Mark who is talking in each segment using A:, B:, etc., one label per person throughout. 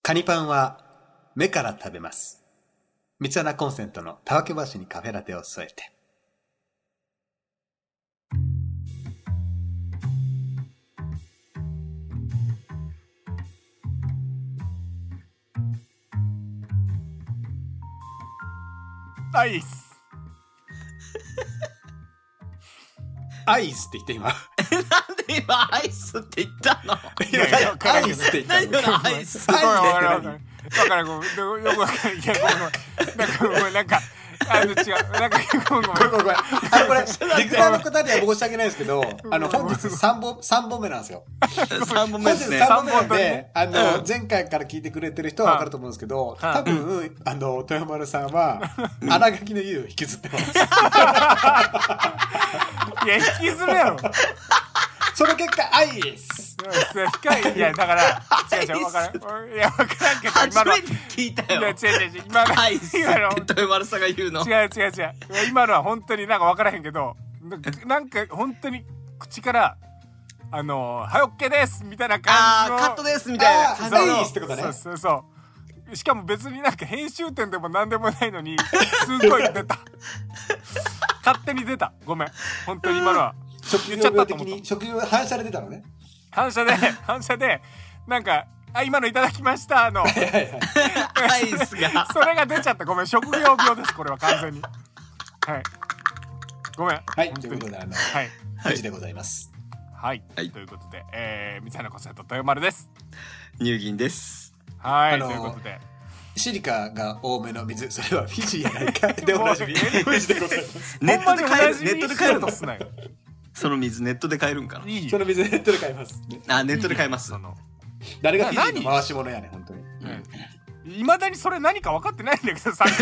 A: カニパンは目から食べます。三つ穴コンセントのたわけ橋にカフェラテを添えて。
B: アイス
A: アイスって言って今。
C: なんで今アイスって言ったの
B: やいや
A: 今アイスって言った
C: 何
A: の
C: のアイス
B: すごいわからない。わからんごめん。よくわからん。いやごめんごめん。なんかごめんなんかあの違う。なんかごめんごめん
A: これこれこれ。あのこれ、リクダーの方には申し訳ないですけど、あの、本日3本、三本目なんですよ。
C: 3本目
A: 本
C: で
A: 日
C: すね
A: 3本目なん
B: 三本
A: で
B: 目、
A: あの、前回から聞いてくれてる人はわかると思うんですけど、
B: はい
A: 多分、あの、豊丸さんは、荒垣の湯を引きずってます。
B: いや引きずるやろ。
A: その結果、アイス
B: いやだから違う違うわからん。いやわからんけど
C: 初
B: 今の。
C: めて聞いた
B: いや違
C: よ
B: う違う違う今の
C: アイスって
B: 今の
C: 豊丸さんが言うの
B: 違う違う違う今のは本当になんか分からへんけどななんか本当に口から「あのー、はいオッケーです」みたいな感
C: あ
B: じの
C: ーカットですみたいな
A: あー
C: 感
A: カ
C: じ
A: ットですってことね
B: そうそうそうしかも別になんか編集点でも何でもないのにすごい出 た勝手に出たごめん本当に今のは
A: 職業
B: 言っちゃった
A: 病
B: と
A: 的
B: 思った
A: に、職業反射で出たのね。
B: 反射で反射でなんか「あ今のいただきました」の
C: アイス が
B: それが出ちゃったごめん職業病ですこれは完全にはいごめん
A: はい、
B: 本
A: と
B: 当
A: いうこと
B: に
A: で、あの、
B: はい
A: 無事でございます。
B: はい、
C: はい
B: ということで、えー、三谷コンセント豊丸です。
C: 入銀です
B: はい、
A: あのー
B: ということで、
A: シリカが多めの水、それはフィジーやない か。で、おなじみ。
B: もう
A: 無事でございます。
C: ネットで買
B: ほ
C: える
B: んまに同じ
C: ネットで
B: にし
C: 買
B: よ
C: え
B: う
C: る
B: と
C: の
B: すなよ。
C: その水ネットで買えるんかない
B: い
A: そ
B: よ。
A: の水ネットで買います。
C: あネットで買えます
B: その
A: 誰がフィジーの回し物やねん、本当に。
B: いまだにそれ何か分かってないんだけ ど、さっき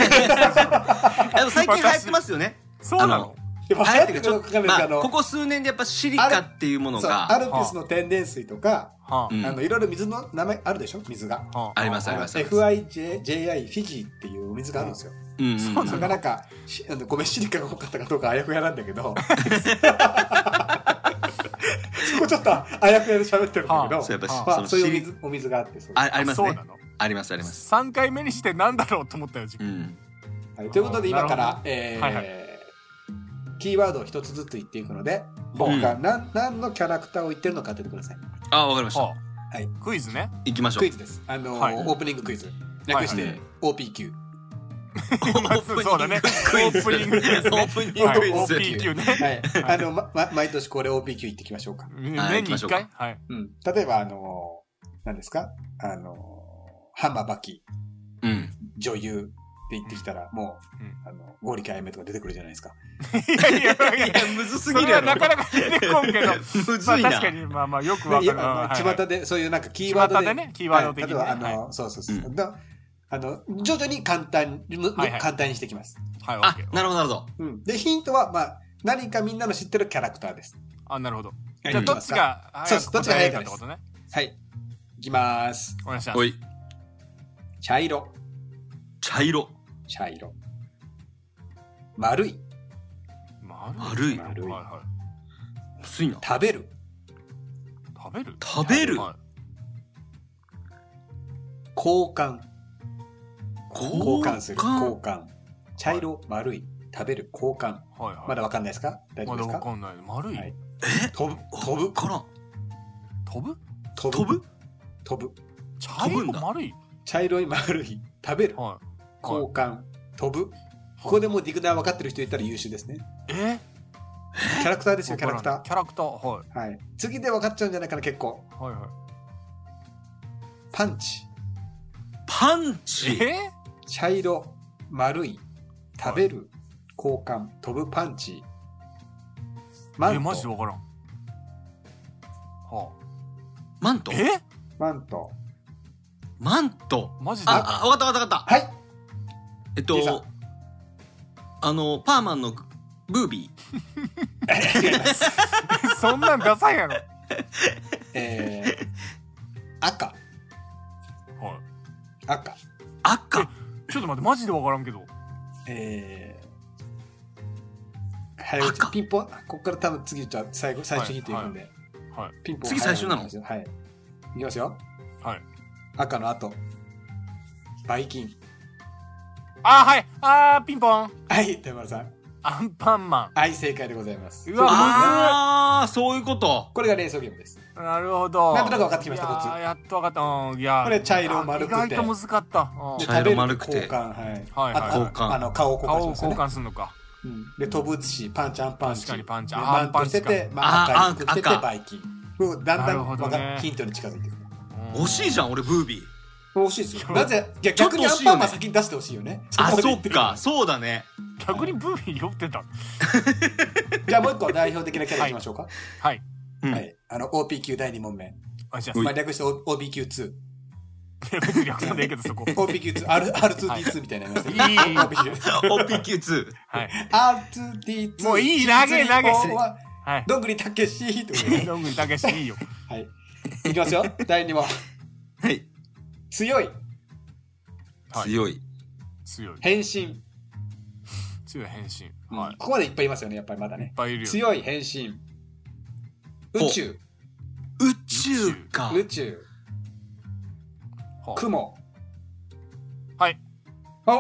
C: でも最近流行ってますよね
B: そうなの
C: あの
A: でも、
C: 流
A: 流行
C: 行っ
A: ってて
C: る
A: る
C: ち
A: かど
C: ょっ
A: う
C: と
A: かわかんないですけど、あ
C: まあこ
A: の、
C: こ数年でやっぱシリカっていうもの
A: そう
C: が
A: アルプスの天然水とか、
B: は
C: うん
A: あの、いろいろ水の名前あるでしょ水が。
B: あは
C: ありますあります
A: FIJI フィジーっていうお水があるんですよ。
C: うんうんうん
B: そうな
A: そ
B: の
A: れがなんか、しあのごめん、シリカが多かったかどうかあやふやなんだけ ど、そこちょっとあやふやで喋ってるんだけど、
C: そうやっぱし
B: あ
A: ま
C: そ
A: あ、
C: の
A: そういうお
C: シリ
A: 水お水があってそう
C: ああります
B: そう
C: ね
B: なの
C: ありますあります
B: 3回目にしてなんだろうと思ったよ、自
C: う
B: 分。
C: ん
A: はいということで、今か
B: なる
A: ら
B: ほ、
A: えー
B: はいは
A: キーワードを一つずつ言っていくので、僕が何,、ん、何のキャラクターを言ってるのか当ててください。
C: あわかりました
B: はあ
A: はい
B: クイズね。
C: 行きましょ
A: クイ
C: う
A: ズです。あのー
B: はい
A: オープニングクイズ。略して、
C: はいはい
A: OPQ。
B: そうだね。
C: オープニングクイズオ
B: オ
C: ー
B: ー
C: プ
B: プ
C: ニン
B: ニ
C: グクイズ
B: OPQ ね。
A: はい、あの、ま、 ま毎年これ OPQ 行ってきましょうか。
C: はい
B: 年
C: 行きま
B: に
C: し
B: 1
C: ょうか
B: 回はい。
A: うん、例えば、あのー、何ですかあのー、浜バキ、
C: うん
A: 女優って言ってきたら、もう、
B: うん
A: あの、ゴリカエメとか出てくるじゃないですか。
B: いやいやいや
C: いやむずす
B: そ
C: ぎる
B: れ
C: や
B: は
C: ろ
B: なかなか出てこんけど
C: むず
B: まあ
C: いな
B: 確かにまあまあよく
A: で
B: わか
A: 今
B: る
A: まあ
B: はいはい
A: 巷で、そういうなんかキーワード
B: 巷
A: で。
B: でねキーワード的にね
A: はい例えば、あの
B: は
A: ー、そうそうそう。
C: う
A: だあの、徐々に簡単に、むむ
B: はいはい
A: 簡単にしてきます。
B: はい、オッ
C: あ
B: ケー。
C: なるほどなるほど
A: うん。で、ヒントは、まあ、何かみんなの知ってるキャラクターです。
B: あ、なるほど。
A: はい
B: じゃあ、どっちが
A: そう
B: 早
A: です
B: く
A: どっちが
B: 答え
A: 早い
B: れ
A: かで
B: るかって
A: す
B: ことね。
A: はい。いきます。
B: お願いします。
C: おい
A: 茶色、
C: 茶色
A: 茶色。丸い、
C: 丸い
B: 丸い。はいは
C: むずいな
A: 食べる、
B: い。食べる
C: 食べる
B: は
A: 交換。交
C: 交
A: 換する交換茶色丸い食べる交換
B: いはいはい。
A: まだわかんないですか大丈
B: ま
A: 夫で
B: だ
A: す
B: わ
A: か
B: かんない。丸い。
A: はい飛ぶ飛ぶ
C: からん
B: 飛ぶ
A: 飛
C: 飛
A: ぶ
C: ぶ
A: 飛ぶ
B: 茶
C: 飛
B: 色
C: ぶんだ
B: 丸い。
A: 茶色い丸い食べる
B: は
A: 交換飛ぶここでもうディグナー分かってる人いたら優秀ですね
B: い。え
A: キャラクターですよ
B: わ
A: キ
B: か
A: ャ
B: ら
A: ラ
B: ない
A: クタ
B: キャラクター。はい。
A: ーはい次で分かっちゃうんじゃないかな結構
B: はいは
A: パンチ
C: パン
B: い。
C: チ
B: え
A: 茶色丸い食べる交換飛ぶパンチマ
B: え、
A: ン
B: マジで
A: ト
B: わからん。は
C: マン
B: あ。
C: ト
B: え
A: マント
C: マント
B: マジで
C: ああわかったわかったわかった
A: はい
C: えっ
A: いいさ
C: とあのパーマンのブービー
A: 違います
B: そんなんダサいやろ。は
A: えー赤
B: い。
A: 赤
C: 赤
B: ちょっと待って、マジでわからんけど。
A: えー、早打
C: 赤
A: ちピンポンあここから多分次じゃあ最後最初ヒントいくんで、
B: はい。
A: ピンポン
C: 次
A: 早打
C: 最
A: ち
C: 初なの
A: いきますよはいいきますよ
B: はい。
A: 赤の後バイキン。
B: あはいあーピンポン
A: はい、田村さん。
B: アンパンマ
A: はい、正解でございます
B: う。わ
C: ああそういうこと
A: これが連想ゲームです。
B: ンなるほど
A: なんとなく分かってきました
B: いやー
A: コツ
B: やっと分かったうんいやー
A: これ茶色を丸くて
B: あ意外と難かったうん
A: で
C: 茶色丸く
A: 食べ
C: て
A: ると交換、はい。
B: はいはい
A: あと
C: 交換
A: あの、顔を交換
B: 顔
A: し
B: を
A: ますよ
B: 交
A: ね。
B: 換するのか
A: うんで、飛ぶし、パンチ、アンパンチ。
B: 確かにパンチ
A: で
B: あ
A: マ
B: ア
A: ン
B: ン
A: ト
B: パ
A: し
B: ン
A: て
B: チか
A: て、まあ、
C: あ
A: 赤い服着て
C: あ
A: て、
C: 赤
A: バイキン。もうだんだ
B: なる
A: ん、
B: ほ
A: わ
B: どね
A: かヒントに近づいてくる。
B: うん
C: 惜しいじゃん俺ブービー
A: 惜しいですよ。なぜ、いや
C: ちょっ
A: 逆
C: と
A: に
C: 惜
A: アン
C: しいよね
A: パンマン先に出してほしいよね。
C: あ
A: こで
C: そ
A: 言
C: って
A: る
C: かそうだね
B: 逆にブービー酔ってた
A: じゃあもう一個代表的なキャラいきましょうか。
B: はい
C: うん
A: はい。あの、OP 級第2問目。
B: あじゃあ
C: うい
A: まあ、略して OB 級2。
B: 別に略さないけどそこ
A: OB 級2、R- R2D2 みたいになりました
B: いい
A: ね
B: いいいい
A: OB 級
C: OPQ2
B: はい
A: R2D2。
B: もういい投げ投げ
A: 質問は
B: はい
A: どんぐりたけしってことで
B: どんぐりたけしいいよ
A: はい。いきますよ。第2問。
C: はい
A: 強い、
B: はい
C: 強い
B: 強い
A: 変身。
B: 強い変身はい
A: ここまでいっぱいいますよね、やっぱりまだ
B: い
A: ね
B: っ。ぱいいるよ
A: 強い変身。宇宙、
C: 宇宙か
A: 宇宙、
B: はあ
A: 雲。
B: はい。
A: お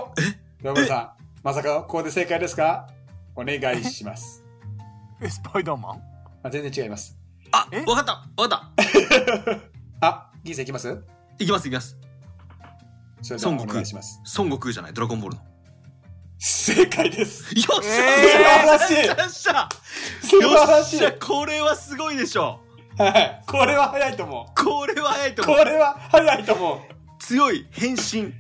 A: 山村さん、まさかここで正解ですかお願いします。
B: えスパイダーマン
A: あ全然違います。
C: あ
B: え
C: わかったわかっ
A: あ、銀さんいきます
C: たいきますいきます
A: それでは
C: 孫悟
A: お
C: 空
A: 願いします。
C: 孫悟空じゃないドラゴンボールの
A: 正解です。
C: よっしゃ、
A: 素晴
B: え
A: らしい
C: よっしゃ
A: 素
C: よ
A: 晴ら
C: っ
A: しい
C: しゃこれはすごいでしょ
A: はい。これは早いと思う。
C: これは早いと思う
A: これは早いと思う。
C: 強い変身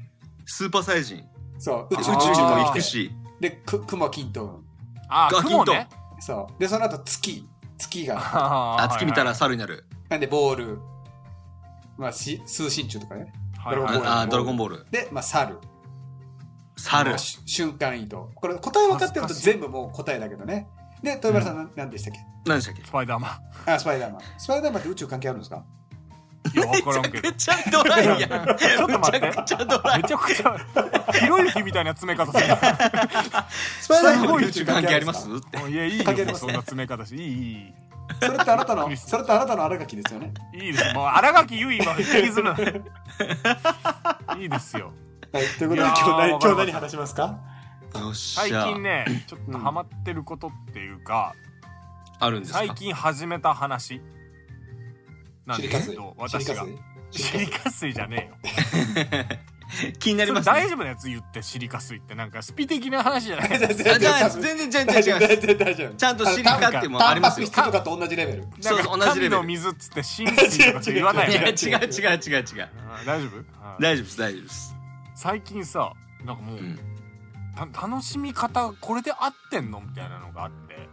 C: スーパーサイジン
A: そう、宇宙
C: 宇宙
A: 宇宙
C: に
A: 人
C: も
A: 行
C: 行
A: く
C: く
A: し。
C: し
A: で、く雲金と
B: あ
C: ガキン
B: 雲ね
A: そう。で、その後月。月が。
B: あ
C: あ月見たら猿になる
A: なんで、ボール。まあ、し通信中とかね。
B: はい
A: ドラ
B: はい
A: ゴンボール
C: ああドラゴンボール
A: で、まあ、猿。
C: 猿
A: まあし瞬間移動。これ、答え分かってると全部もう答えだけどね。で、豊村さん、なん、何でしたっ
C: 何でしたっけ
B: スパイダーマン
A: けあ、スパイダーマン。スパイダーマンって宇宙関係あるんですか
B: いや分からんけど
C: めちゃくちゃドライやん。め
B: ちょっと待って
C: ちゃくちゃドラ
B: め
C: イ。
B: ちゃくちゃひろゆきみたいな詰め方する
A: ス パイダー
C: す
A: マ
C: ご
A: ンっ
C: い
A: て
C: 宇宙関係あります
A: んで
C: って。
B: もういやいいよ
A: かけれます
B: そんな詰め方しいいいい
A: すかそれってあなたの、それってあなたの荒垣ですよね。
B: いいですもう新垣結衣は引きずる ないいですよ
A: はい。ということで、
B: いや
A: 今
B: ー
A: 日何、
B: わ
A: 今日何
B: かりました
A: 話しますか
C: よっしゃ。
B: 最近ねちょっとハマってることっていうか
C: あるんですか
B: 最近始めた話なんですけど
A: シリ
B: 私
A: カ
B: が
A: 水
B: シリカ水じゃねえよ
C: 気になり
B: それ
C: ますね
B: 大丈夫なやつ言ってシリカ水ってなんかスピ的な話 じゃない
C: あじゃあ
A: 大丈夫
C: 全然全
A: 大
C: 然
A: 丈
C: 違い
A: 夫大丈
C: ます。
A: 夫大丈夫
C: ちゃんとシリカってもあ
A: タ
C: り
A: ン
C: ま
A: パ
C: す
A: ク
C: よ
A: 質。とかと同じレベル
B: なん
C: そう
B: か
C: 同じレベ
B: 神
C: ル
B: の水っつって神水とかって言わないよ
C: いや違う
B: ね
C: 違う違う違う。
B: あー大丈夫はい
C: 大丈夫です大丈夫です。
B: 最近さなんかもう、
C: うん
B: た楽しみ方これで合ってんのみたいなのがあって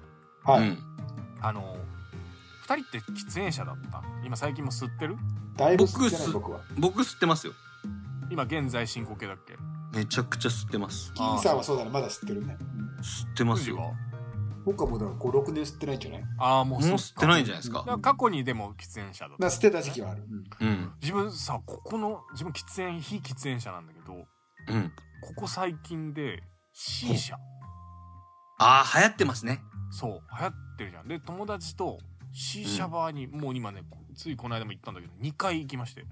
A: は
C: う
A: い
C: ん。
B: あの2人って喫煙者だった今最近も吸ってる
A: だいぶ吸ってない
C: 僕
A: 僕は
C: 僕吸ってますよ。
B: 今現在進行形だっけ
C: めちゃくちゃ吸ってます。
A: 金さんはそうだねまだ吸ってるね
C: 吸ってます
B: 藤
C: よ。も
B: は
A: 僕はもうだから56年吸ってないんじゃないだか
B: ああも
C: う
B: うそっ
C: 吸ってないんじゃないですか。
B: か過去にでも喫煙者だった
A: ら捨てた時期はある、
C: うん
B: 自分さここの自分喫煙非喫煙者なんだけど
C: うん。
B: ここ最近で C 社
C: ああ流行ってますね。
B: そう流行ってるじゃんで友達と C 社バーに、もう今ねついこの間も行ったんだけど2回行きまして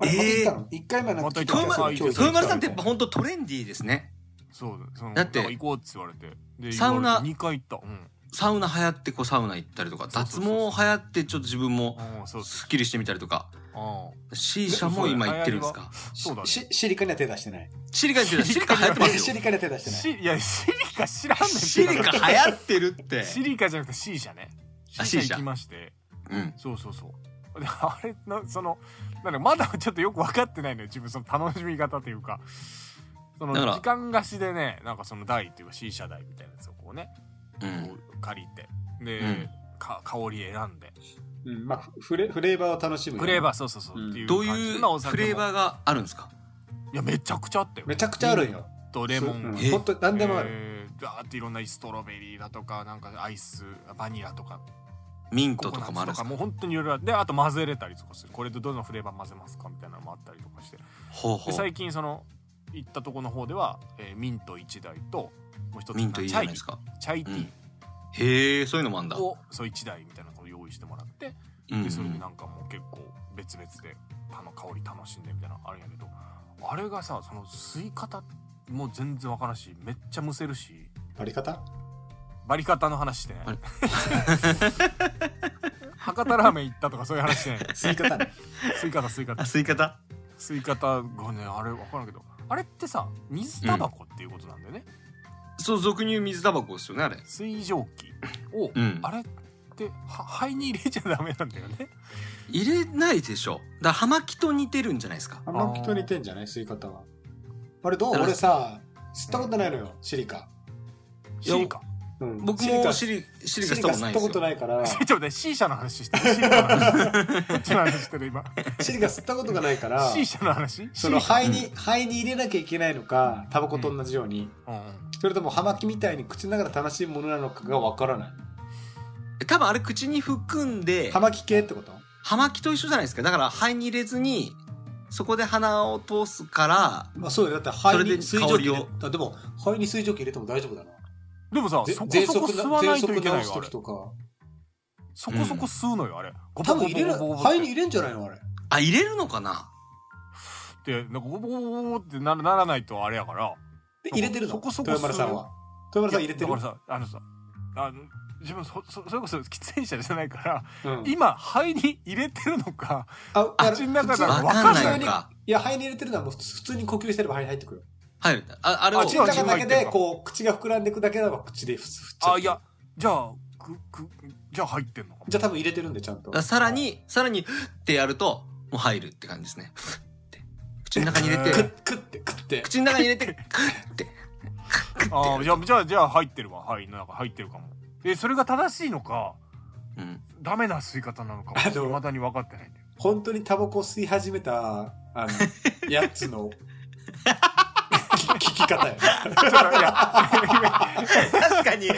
A: あれまた
C: え
A: 行っ
C: ー
A: たの一回目はなんか聞いた気がす
B: ま
A: る
B: た行った
A: 今日
C: 豊丸さんってやっぱ
A: 行
C: 本当トレンディーですね。
B: そうだその
C: だって
B: なんか行こうって言われてで
C: サウナ
B: 2回行ったうん
C: サウナ流行ってこうサウナ行ったりとか脱毛流行ってちょっと自分も
B: うんそう
C: スッキリしてみたりとか。
B: あ
C: C 社も今行ってるんですか。
B: そうだね
A: しシリカには手出してない
C: シリカに出たシリカ流行ってます
A: シ
C: よ。
A: リカには手出してない
B: しいやシリカ知らんねんって
C: シリカ流行ってるって。
B: シリカじゃなくて C 社ね
C: あ
B: C 社
C: C 社
B: 行きまして
C: うん。
B: そうそうそうで あれなそのなんかまだちょっとよく分かってないのよ自分その楽しみ方というかその
C: だから
B: 時間貸しでねなんかその台っていうか C 社台みたいなやつをこうね、
C: うん。
B: こう借りてで、
C: うん
B: か香り選んで
A: うんまあフレフレーバーを楽しむ
B: フレーバーそうそうそう、
A: うん
B: っていう
C: どう
B: 感じ
C: いう
B: まあお酒
C: フレー
B: も
C: バーがあるんですか。
B: いやめちゃくちゃあったよ
A: めちゃくちゃあるんよ
B: とレモン
A: うん
C: え
A: 本当に何でもある
B: えー、ガーっていろんなストロベリーだとかなんかアイスバニラとか
C: ミン
B: コ
C: ト
B: コ
C: と
B: ナ
C: か
B: ッ
C: もあ
B: ツと
C: るんです
B: か
C: か。
B: もう本当にいろいろあってであと混ぜれたりとかするこれとどのフレーバー混ぜますかみたいなのもあったりとかして
C: ほう
B: で
C: ほう。
B: 最近その行ったとこの方では、えーミント1台ともう一つ
C: ミントいいじ
B: チ
C: ゃ
B: ャ
C: ない
B: イ
C: ですか。
B: チャイティ
C: へえ、そういうのもあんだ。
B: ーをそう1台みたいなのを用意してもらって
C: うん
B: でそれでなんかもう結構別々であの香り楽しんでみたいなのあるんやけどあれがさその吸い方も全然わからんしめっちゃむせるし
A: 割り方
B: バリカタの話してね
C: あれ
B: 博多ラーメン行ったとかそういう話してね
A: 吸い 方ね。
B: 吸い方吸い方
C: あ吸い方
B: 吸い方がねあれわからんけどあれってさ水タバコっていうことなんだよね、
C: そう俗に言う水タバコですよねあれ
B: 水蒸気を、
C: うん
B: あれっては肺に入れちゃダメなんだよね
C: 入れないでしょだから葉巻と似てるんじゃないですか
A: あの人似てんじゃない吸い方は。あれどう
C: だから
A: 俺さ、吸ったことないのよ、シリカ。
B: シリカ
A: うん
C: 僕
A: シリカ
C: もシリシリカ
A: シ
C: し
A: リ
C: た
A: カ
C: ことな
A: 吸
C: い
A: ったことない
C: ですよ
A: から、
B: ちょっと待って C 社の話してる C 社の話こっちの話してる今
A: シ リカ吸ったことがないから、
B: C 社の話
A: その
B: C 社
A: 肺に、肺に入れなきゃいけないのか、タバコと同じように、
B: うんうん
A: それとも葉巻みたいに口の中で楽しいものなのかがわからない。
C: 多分あれ口に含んで
A: 葉巻系ってこと
C: 葉巻と一緒じゃないですかだから肺に入れずにそこで鼻を通すから
A: まあそうだよだって肺
C: それで
A: に水蒸気入
C: 香
A: れあでも肺に水蒸気入れても大丈夫だな
B: でもさ
A: ぜ
B: そこ
A: 喘
B: そこ
A: 息な
B: 吸わないといけな
A: 喘息直
B: いよあれ
A: す時とか
B: そこそこ吸うのよあれゴ
A: 多分入れる
B: ボボボボボボ
A: 肺に入れんじゃないのあれ
C: あ入れるのかな
B: ってなんかゴボゴボゴボってならならないとあれやから
A: で入れてるの
B: そこそこ吸う
A: 豊丸さんは豊丸さん入れて
B: だ
A: る
B: からさあのさあの自分そそそれこそ喫煙者じゃないから
A: うん
B: 今肺に入れてるのか
A: ああ
B: 口の中だ
A: 普
B: か
A: 通
B: ら
C: わ
B: 分
C: かん
B: かん
C: な
B: ないい
C: の
A: 普
C: か
A: いや肺に入れてるのはもう普通普通に呼吸してれば肺に入ってくる
C: 入るああれを
B: あ
A: 口
B: 違
A: の
B: う
A: 中だけ
B: 違う違
A: で
B: う
A: こう口が膨らんでいくだけならば口でふつふっちゃう
B: あいやじゃあくくじゃあ入ってんのか
A: じゃあ多分入れてるんでちゃんと
C: だからさらにさらにってやるともう入るって感じですねふって口の中に入れ
A: く
B: 食
A: ってくってくって
C: 口の中に入れてって食って
B: ああじゃあじゃあじゃあ入ってるわ肺の中入ってるかもえそれが正しいのか
C: うん
B: ダメな吸い方なのか
A: あの
B: いまだに分かってないんだよ
A: 本当にタバコを吸い始めたあ のやつの聞き方よ
B: ちょっといや
C: 確かに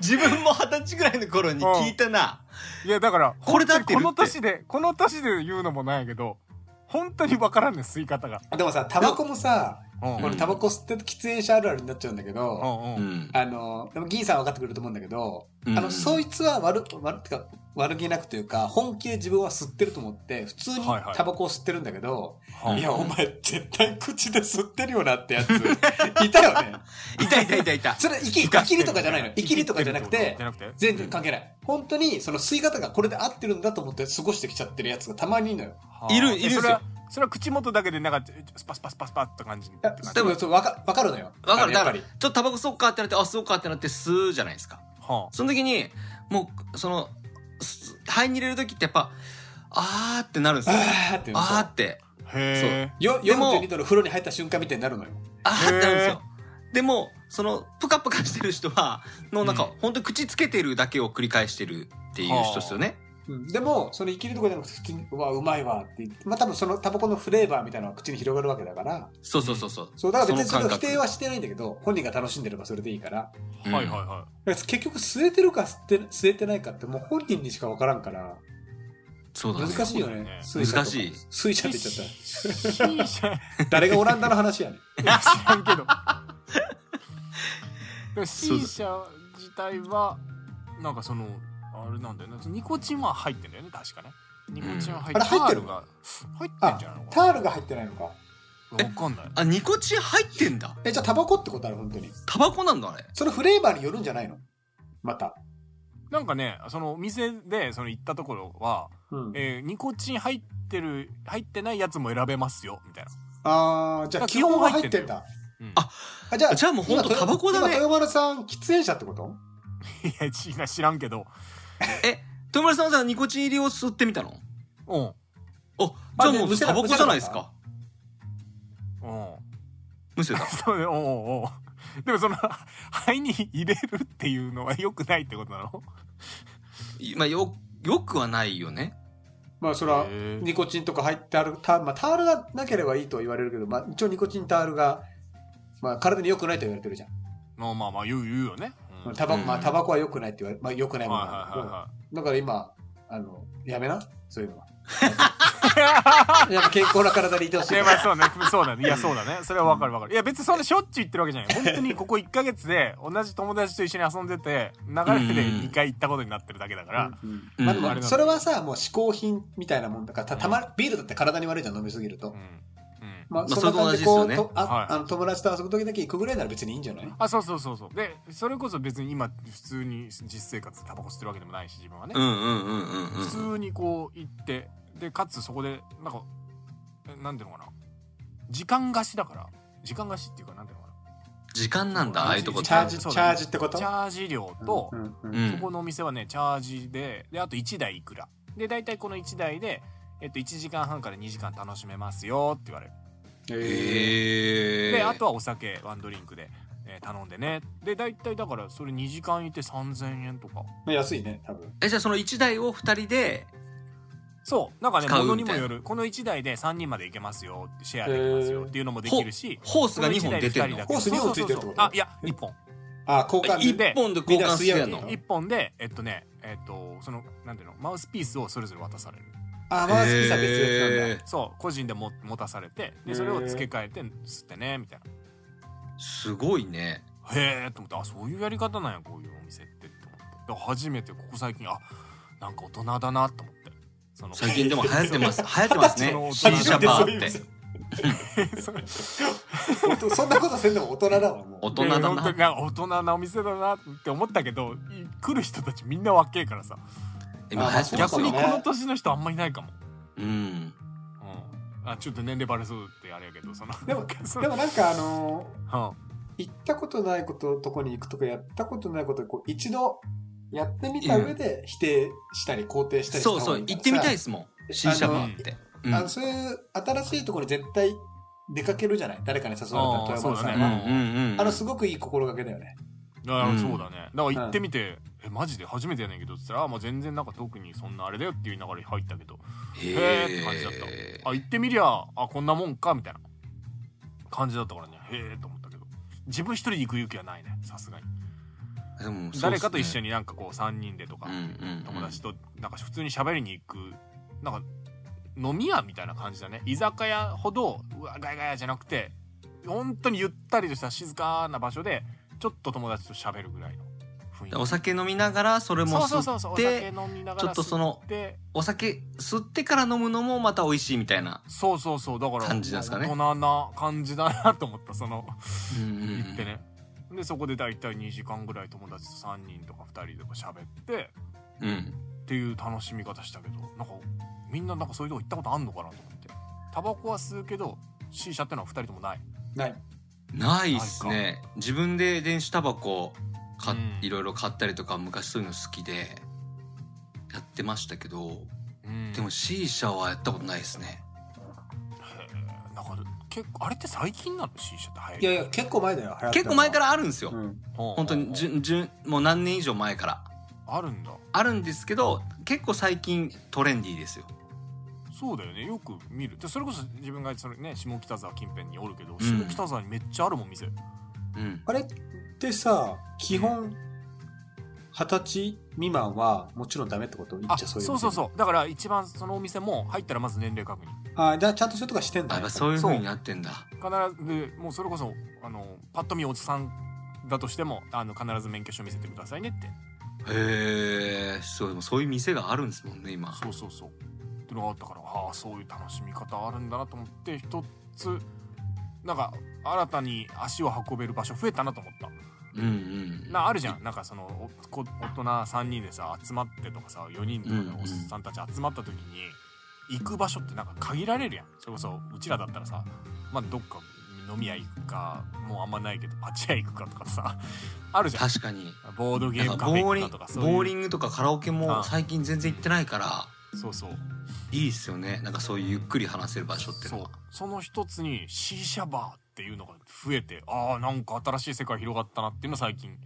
C: 自分も二十歳ぐらいの頃に聞いたな、
B: いやだから
C: これだってるって
B: 本当にこの年でこの年で言うのもなんやけど本当に分からんねん吸い方が
A: でもさタバコもさ
B: うん
C: ん
B: う
A: これタバコ吸ってると喫煙者あるあるになっちゃうんだけど、
B: ん
C: う
B: うん
C: ん
A: あのでも銀さんは分かってくれると思うんだけど、あのそ
C: い
A: いつは悪悪ってか悪気なくというか本気で自分は吸ってると思って普通に
B: はいはい
A: タバコを吸ってるんだけど、
C: う
A: い
C: ん
A: やお前絶対口で吸ってるよなって やついたよね
C: たいたいたいた
A: それ生き
C: いた
A: 生きりとかじゃないの生きりとかじゃなくて
B: じゃなくて
A: 全然関係ない本当にその吸い方がこれで合ってるんだと思って過ごしてきちゃってるやつがたまにいるのよ
C: いる
B: はあ
C: いるんすよ
B: それはそれは口元だけでなんかちょスパスパスパスパって感じ
A: いやでもそうわかわかるのよ
C: わかる
A: あのや
C: だ
A: っぱ
C: から
A: り
C: ちょっとタバコ吸おうかってなってあ吸おうかってなって吸うじゃないですか
B: は
C: その時にもうそのす肺に入れる時ってやっぱあーってなるんですよ
A: あーってそう
C: あーって
B: あへえ
A: よ
C: でも
A: 42ドル風呂に入った瞬間みたいになるのよ
C: あーってなるんですよ
B: へ
C: でもそのプカプカしてる人はのなんか、
B: うん
C: 本当に口つけてるだけを繰り返してるっていう人ですよね
A: でもその生きるとかじゃなくて普通に「うわうまいわ」って言ってまあ多分そのタバコのフレーバーみたいなのが口に広がるわけだから
C: そうそうそうそう
A: そうだから別にそれを
C: の
A: 否
C: 感覚
A: 定はしてないんだけど本人が楽しんでればそれでいいからだか
C: うん
B: はいはいは
A: ら結局吸えてるか吸って吸えてないかってもう本人にしか分からんから
C: そうだね
A: 難しいよ
B: そうだ
A: ね
B: ね
A: 水車とか
C: 難しい
A: 水
B: い
A: 車って言っちゃっ
B: C 社
A: た誰がオランダの話 やねん
B: いや知ら んけどでも C 社自体はなんかそのあれなんだよねニコチンは入ってんだよね確かねニコチンは入って,、
A: あれ入ってる
B: タールが入ってんじゃないの
A: タ
B: か
A: ールが入ってないのか
B: なわかんない
C: あニコチン入ってんだ
A: えじゃあタバコってことある本当に
C: タバコなんだあれ
A: そのフレーバーによるんじゃないのまた、
B: なんかねそのお店でその行ったところは、
A: うん
B: えーニコチン入ってる入ってないやつも選べますよみたいな、
A: あ あじゃあ基本は入ってんだ
B: うん
C: あ
A: あじゃ
C: じゃあもうほんと
A: 今
C: タバコだね
A: 今豊丸さん喫煙者ってこと
B: いや知らん知らんけど
C: え豊丸さんはじゃあニコチン入りを吸ってみたの
B: うんうん
C: あじゃあ
A: あ
C: も
A: でむ
C: う
A: せ
C: タ
A: な
C: バコじゃないですか むせた
B: そうねおうおうおうでもその 肺に入れるっていうのは良くないってことなの
C: まあよよくはないよね
A: まあそれは
B: へー
A: ニコチンとか入ってあるタ,、まあ、タールがなければいいとは言われるけど、まあ、一応ニコチンタールが、まあ、体に良くないと言われてるじゃん、
B: まあまあまあ言う言うよね。うん
A: タバコ
C: うん
A: まあ、タバコは良くないって言われ、まあ、良くないものなんだけど、
B: は
A: だから今あのやめなそうい うのは
B: いはいはい
A: やっぱ健康な体でいてほし
B: い。
A: い
B: いやまあそうね そうだねいやそうだねそれはわかるわかるいや別にそんなしょっちゅう言ってるわけじゃない本当にここ1か月で同じ友達と一緒に遊んでて流れで2回行ったことになってるだけだから
A: うん
C: うん
A: まあでも
B: あれなんだ
A: それはさもう嗜好品みたいなもんだからたたまビールだって体に悪いじゃん飲みすぎると
B: うんうん
A: まあ、
C: まあ
A: そんな感じでこう、
C: それと同
A: と
C: じですよね
A: あ
B: はい
A: あの友達と遊ぶ時だけ行くぐらいなら別にいいんじゃない
B: あそうそうそうそうでそれこそ別に今普通に実生活タバコ吸ってるわけでもないし自分はね、
C: うんうんうんうんうん
B: 普通にこう行ってでかつそこでなんかえなんていうのかな時間貸しだから時間貸しっていうかなんていうのか
C: 時間なんだああいうとこっ
A: チ
C: て
A: ャージ
B: そう
A: チャージってこ
B: な
A: と
B: チャージ料と、
A: うんうん
C: うん
B: そこのお店はねチャージでであと1台いくらで大体この1台で、えっと、1時間半から2時間楽しめますよって言われる
A: え
C: へえ
B: であとはお酒ワンドリンクで、えー頼んでねで大体だからそれ2時間いて3,000円とか
A: ー安いね多分
C: えじゃあその1台を2人で
B: そうなんかね
C: 使う
B: 物にも
C: みたいな
B: よるこの1台で3人まで行けますよってシェアできますよっていうのもできるし
C: ホース
B: この
C: が
B: 1
C: 2本
B: 台
C: 出
B: で
C: てる
B: 二人だ
C: の
B: け
A: ホース二本ついてるってこと
B: あいや1本
A: あー交換
B: いい
A: で
C: 1本で
A: み
C: 交換してん
A: んな吸い合うの
C: の
B: 1本でえっとねえっとそのなんていうのマウスピースをそれぞれ渡される
A: あーマウスピースは別々なんだ
C: へー
B: そう個人でも持たされてでそれを付け替えて吸ってねみたいな
C: すごいね
B: へえと思ってあそういうやり方なんやこういうお店ってって思ってだから初めてここ最近あなんか大人だなと思ってその
C: 最 近でも流行って ます流行ってますね
B: 二十
C: シ
B: 歳
C: ー
B: の
C: シャバーって
B: そう
A: ってそんなことせんでも大人だわもう
C: 大人だ
B: で本当
C: な
B: に大人なお店だなって思ったけどい来る人たちみんな若えからさ
C: 今流行ってます
B: 逆
C: よ
B: にこ
A: ね
B: の年の人あんまいないかも、
C: うん
B: うん、あちょっと年齢バレそうってあれやけどその
A: で も
B: そ
A: で
B: の
A: もなんかあのー
B: うん
A: 行ったことないこととこに行くとかやったことないことをこう一度やってみた上で否定したり肯定したりした
C: そうそう行ってみたいですもんシーシャバーってうん
A: あのそういう新しいところに絶対出かけるじゃない誰かに誘われたら
B: あー
A: 富山さ
B: そ
A: ん
B: う
A: は、
B: だね
C: うんうんうん
A: あのすごくいい心がけだよね
B: だから
C: うん
B: そうだね、だから行ってみて「えマジで初めてやねんけど」っつったらあ「もう全然なんか特にそんなあれだよ」っていう流れに入ったけどへーって感じだった
C: へー
B: あ行ってみりゃあこんなもんかみたいな感じだったからねへえと思ったけど自分一人で行く勇気はないねさすがに
C: でも
B: 誰かと一緒
C: に
B: になんかこう3人でとか、友達となんか普通に喋りに行くなんか飲み屋みたいな感じだね居酒屋ほどうわガヤガヤじゃなくて本当にゆったりとした静かな場所でちょっと友達と喋るぐらいの雰囲気
C: お酒飲みながらそれも
B: そうそう
C: 吸
B: そうそう
C: っ
B: お酒
C: て
B: 飲みながら
C: ちょっとその
B: 吸って
C: お酒吸ってから飲むのもまた美味しいみたいな
B: そうそうそうだから
C: 感じなんですかね
B: 大人な感じだなと思ったその
C: 行
B: 行ってね、でそこで大体2時間ぐらい友達と3人とか2人とか喋って
C: うん
B: っていう楽しみ方したけどなんかみんななんかそういうとこ行ったことあんのかなと思ってタバコは吸うけど C 社ってのは2人ともない
A: ない
C: ないっすね自分で電子タバコ買っ
B: うん
C: いろいろ買ったりとか昔そういうの好きでやってましたけど
B: うん
C: でも C 社はやったことないですね
B: へーなんか結構あれって最近なの C 社って入る
A: いやいや結構前だよ、
C: 結構前かららあるんですよ
A: うん、
B: 本
C: 本当にじゅんじゅんもう何年以上前から
B: あるんだ
C: あるんですけど結構最近トレンディーですよ
B: そうだよねよく見るでそれこそ自分がそれね下北沢近辺におるけど、
C: ん
B: 下北沢にめっちゃあるもん店
C: うん
A: あれってさ基本二十歳未満はもちろんダメってこと言
B: あ
A: っちゃ
B: そ
A: そうい
B: う
A: う
B: そう
A: う
B: そうだから一番そのお店も入ったらまず年齢確認
A: あーじゃあちゃんとそういうとかしてん
C: あ
A: だ
C: やっ
A: ね
C: ぱそういう風になってんだ
B: 必ずもうそれこそあのパッと見おじさんだとしてもあの必ず免許証見せてくださいねって
C: へえそうでもそういう店があるんですもんね今
B: そうそうそうってのがあったからああそういう楽しみ方あるんだなと思って一つなんか新たに足を運べる場所増えたなと思った
C: うんうん
B: なあるじゃんなんかそのおこ大人3人でさ集まってとかさ4人とかで
C: うんうん
B: おっさんたち集まった時に行く場所ってなんか限られるやんそれこそうちらだったらさまあどっか飲み屋行くかもうあんまないけどパチ屋行くかとかさあるじゃん
C: 確かに
B: ボードゲ
C: な
B: ーム
C: んか
B: カ
C: ボ
B: フェ
C: ー
B: 行
C: リ
B: く
C: ン
B: かとか
C: ボー
B: そう
C: リ
B: いう
C: ングとかカラオケ
B: あ
C: も
B: あ
C: 最近全然行ってないから
B: そうそう
C: いいっすよねなんかそういうゆっくり話せる場所って
B: そ
C: の
B: う
C: は
B: その一つにシーシャバーっていうのが増えてああなんか新しい世界広がったなっていうの最近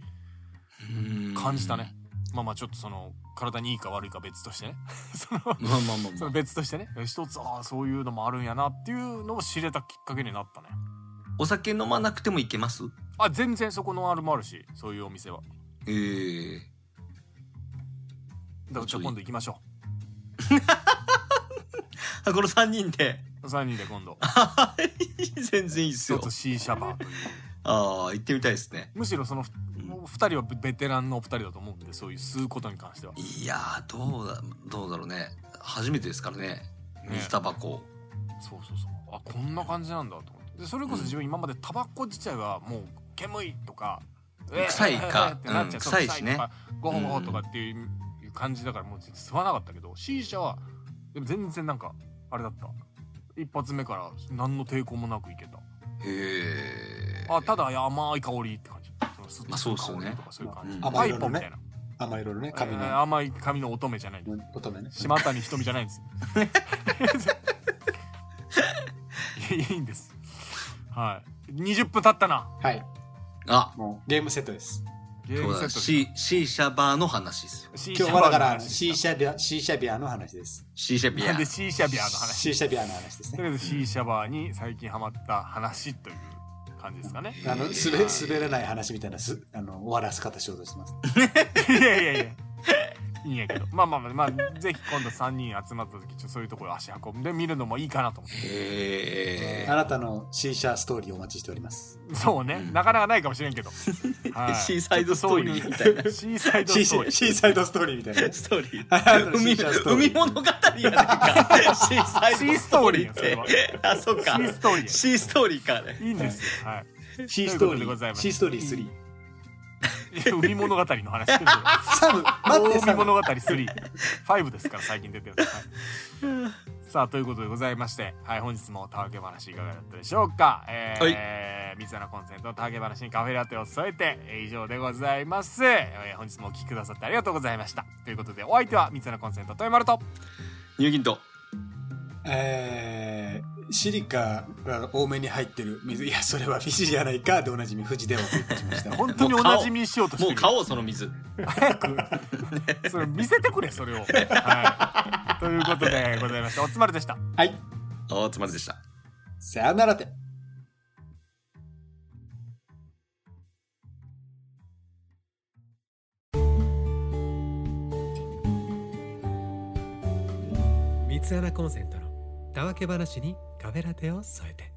C: うん
B: 感じたねまあまあちょっとその体にいいか悪いか別としてねその
C: まあまあまあ
B: そ
C: ま
B: の
C: あ
B: 別としてね一つああそういうのもあるんやなっていうのを知れたきっかけになったね
C: お酒飲まなくても行けます
B: あ全然そこのあるもあるしそういうお店は
C: ええ
B: だからじゃあ今度行きましょ
C: あこの3人で
B: う3人で今度
C: 全然いいっす
B: 一
C: よ
B: つ C シャバーという
C: ああ行ってみたいですね
B: むしろその2人はベテランのお二人だと思うんでそういう吸うことに関しては、ね
C: いやーどうだどうだろうね初めてですからね水タバコ
B: そうそうそうあこんな感じなんだと思ってでそれこそ自分今までタバコ自体はもう煙いとか、えー
C: 臭いか
B: ってなっちゃう
C: うん
B: そう
C: 臭いしね
B: とかゴホゴホとかっていういう感じだからもう全然吸わなかったけど C 社はでも全然なんかあれだった一発目から何の抵抗もなくいけた
C: へえ
B: あただ甘い香りって感じその
C: まあそうっすよね
B: 吸った香りとかそういう感じ、
C: うん
B: パイポみたいな、
A: 甘い色のね、髪
B: え
A: の
B: ー甘い髪の乙女じゃない
A: 乙女ね。
B: 島谷ひとみじゃないんですいやいいんですはい20分経ったな
A: はい。
C: あ
A: もうゲームセットです。
B: ゲー
C: そう
B: ムセ
C: だ
B: ット
C: C, C シャバーの話ですよ
B: C
A: 今日はだから、シー
B: シ
A: シャビア、シーシャビアの話です。
C: C シャビ
B: ャバーの話なん
C: ア
B: で C シャビアの話
A: シーシャビアの話です
B: とり
A: ね。
B: あえず C シャバーに最近ハマった話という感じですかね
A: あの、すべ、滑らない話みたいな、す、あの、終わらせ方しようとしてます。
B: いやいやいやいいんやけどまあまあまあ、まあ、ぜひ今度3人集まった時ちょっとそういうところ足運んで見るのもいいかなと思っ
C: へ
A: あなたのシーシャストーリーお待ちしております。
B: てそうね、
C: うん
B: なかなかないかもしれんけど、はい
C: シーサイドストーリーみたいな
B: シーサイド
A: シー
B: ス
A: シ
B: トー
A: ャ
B: リー
A: シーサイドストーリーみたいなね。
C: ストーリー
A: あのシ
C: 海
A: ーシャストーリ
C: 海
A: ー
C: 物語やねんかシーサイドストー
B: シーストーリ
C: リーっ
B: ー
C: て
B: よ
C: あそっか
B: シーストーリー
C: シーストーリーかね
B: いいんですよ。はい。
A: シーストー
B: ということで
A: リ
B: ございま
A: ー。
B: す
A: シーストーリー
B: いや 海物語の話してるけど。
A: 3。サム、待って、
B: 海
A: サム。
B: 物語3。5ですから、最近出てる。はい、さあ、ということでございまして、はい、本日もたわけ話いかがだったでしょうか。えー、
C: は
B: 三つ穴コンセント、たわけ話にカフェラテを添えて、えー以上でございます。えー本日もお聞きくださってありがとうございました。ということで、お相手は三つ穴コンセント、豊丸と。
C: ニューギント
A: えー、シリカが多めに入ってる水、いや、それはフィシじゃないか、でおなじみ、富士でお送りいたしました。
B: 本当におなじみにしようとして
C: も
B: る
C: う。買おうその水
B: 早くそれ見せてくれそれを、はい、ということでございましたおつまりでした
A: はい。
C: おつまりでした
A: さよならて。
D: 三つ穴コンセントのたわけ話にカフェラテを添えて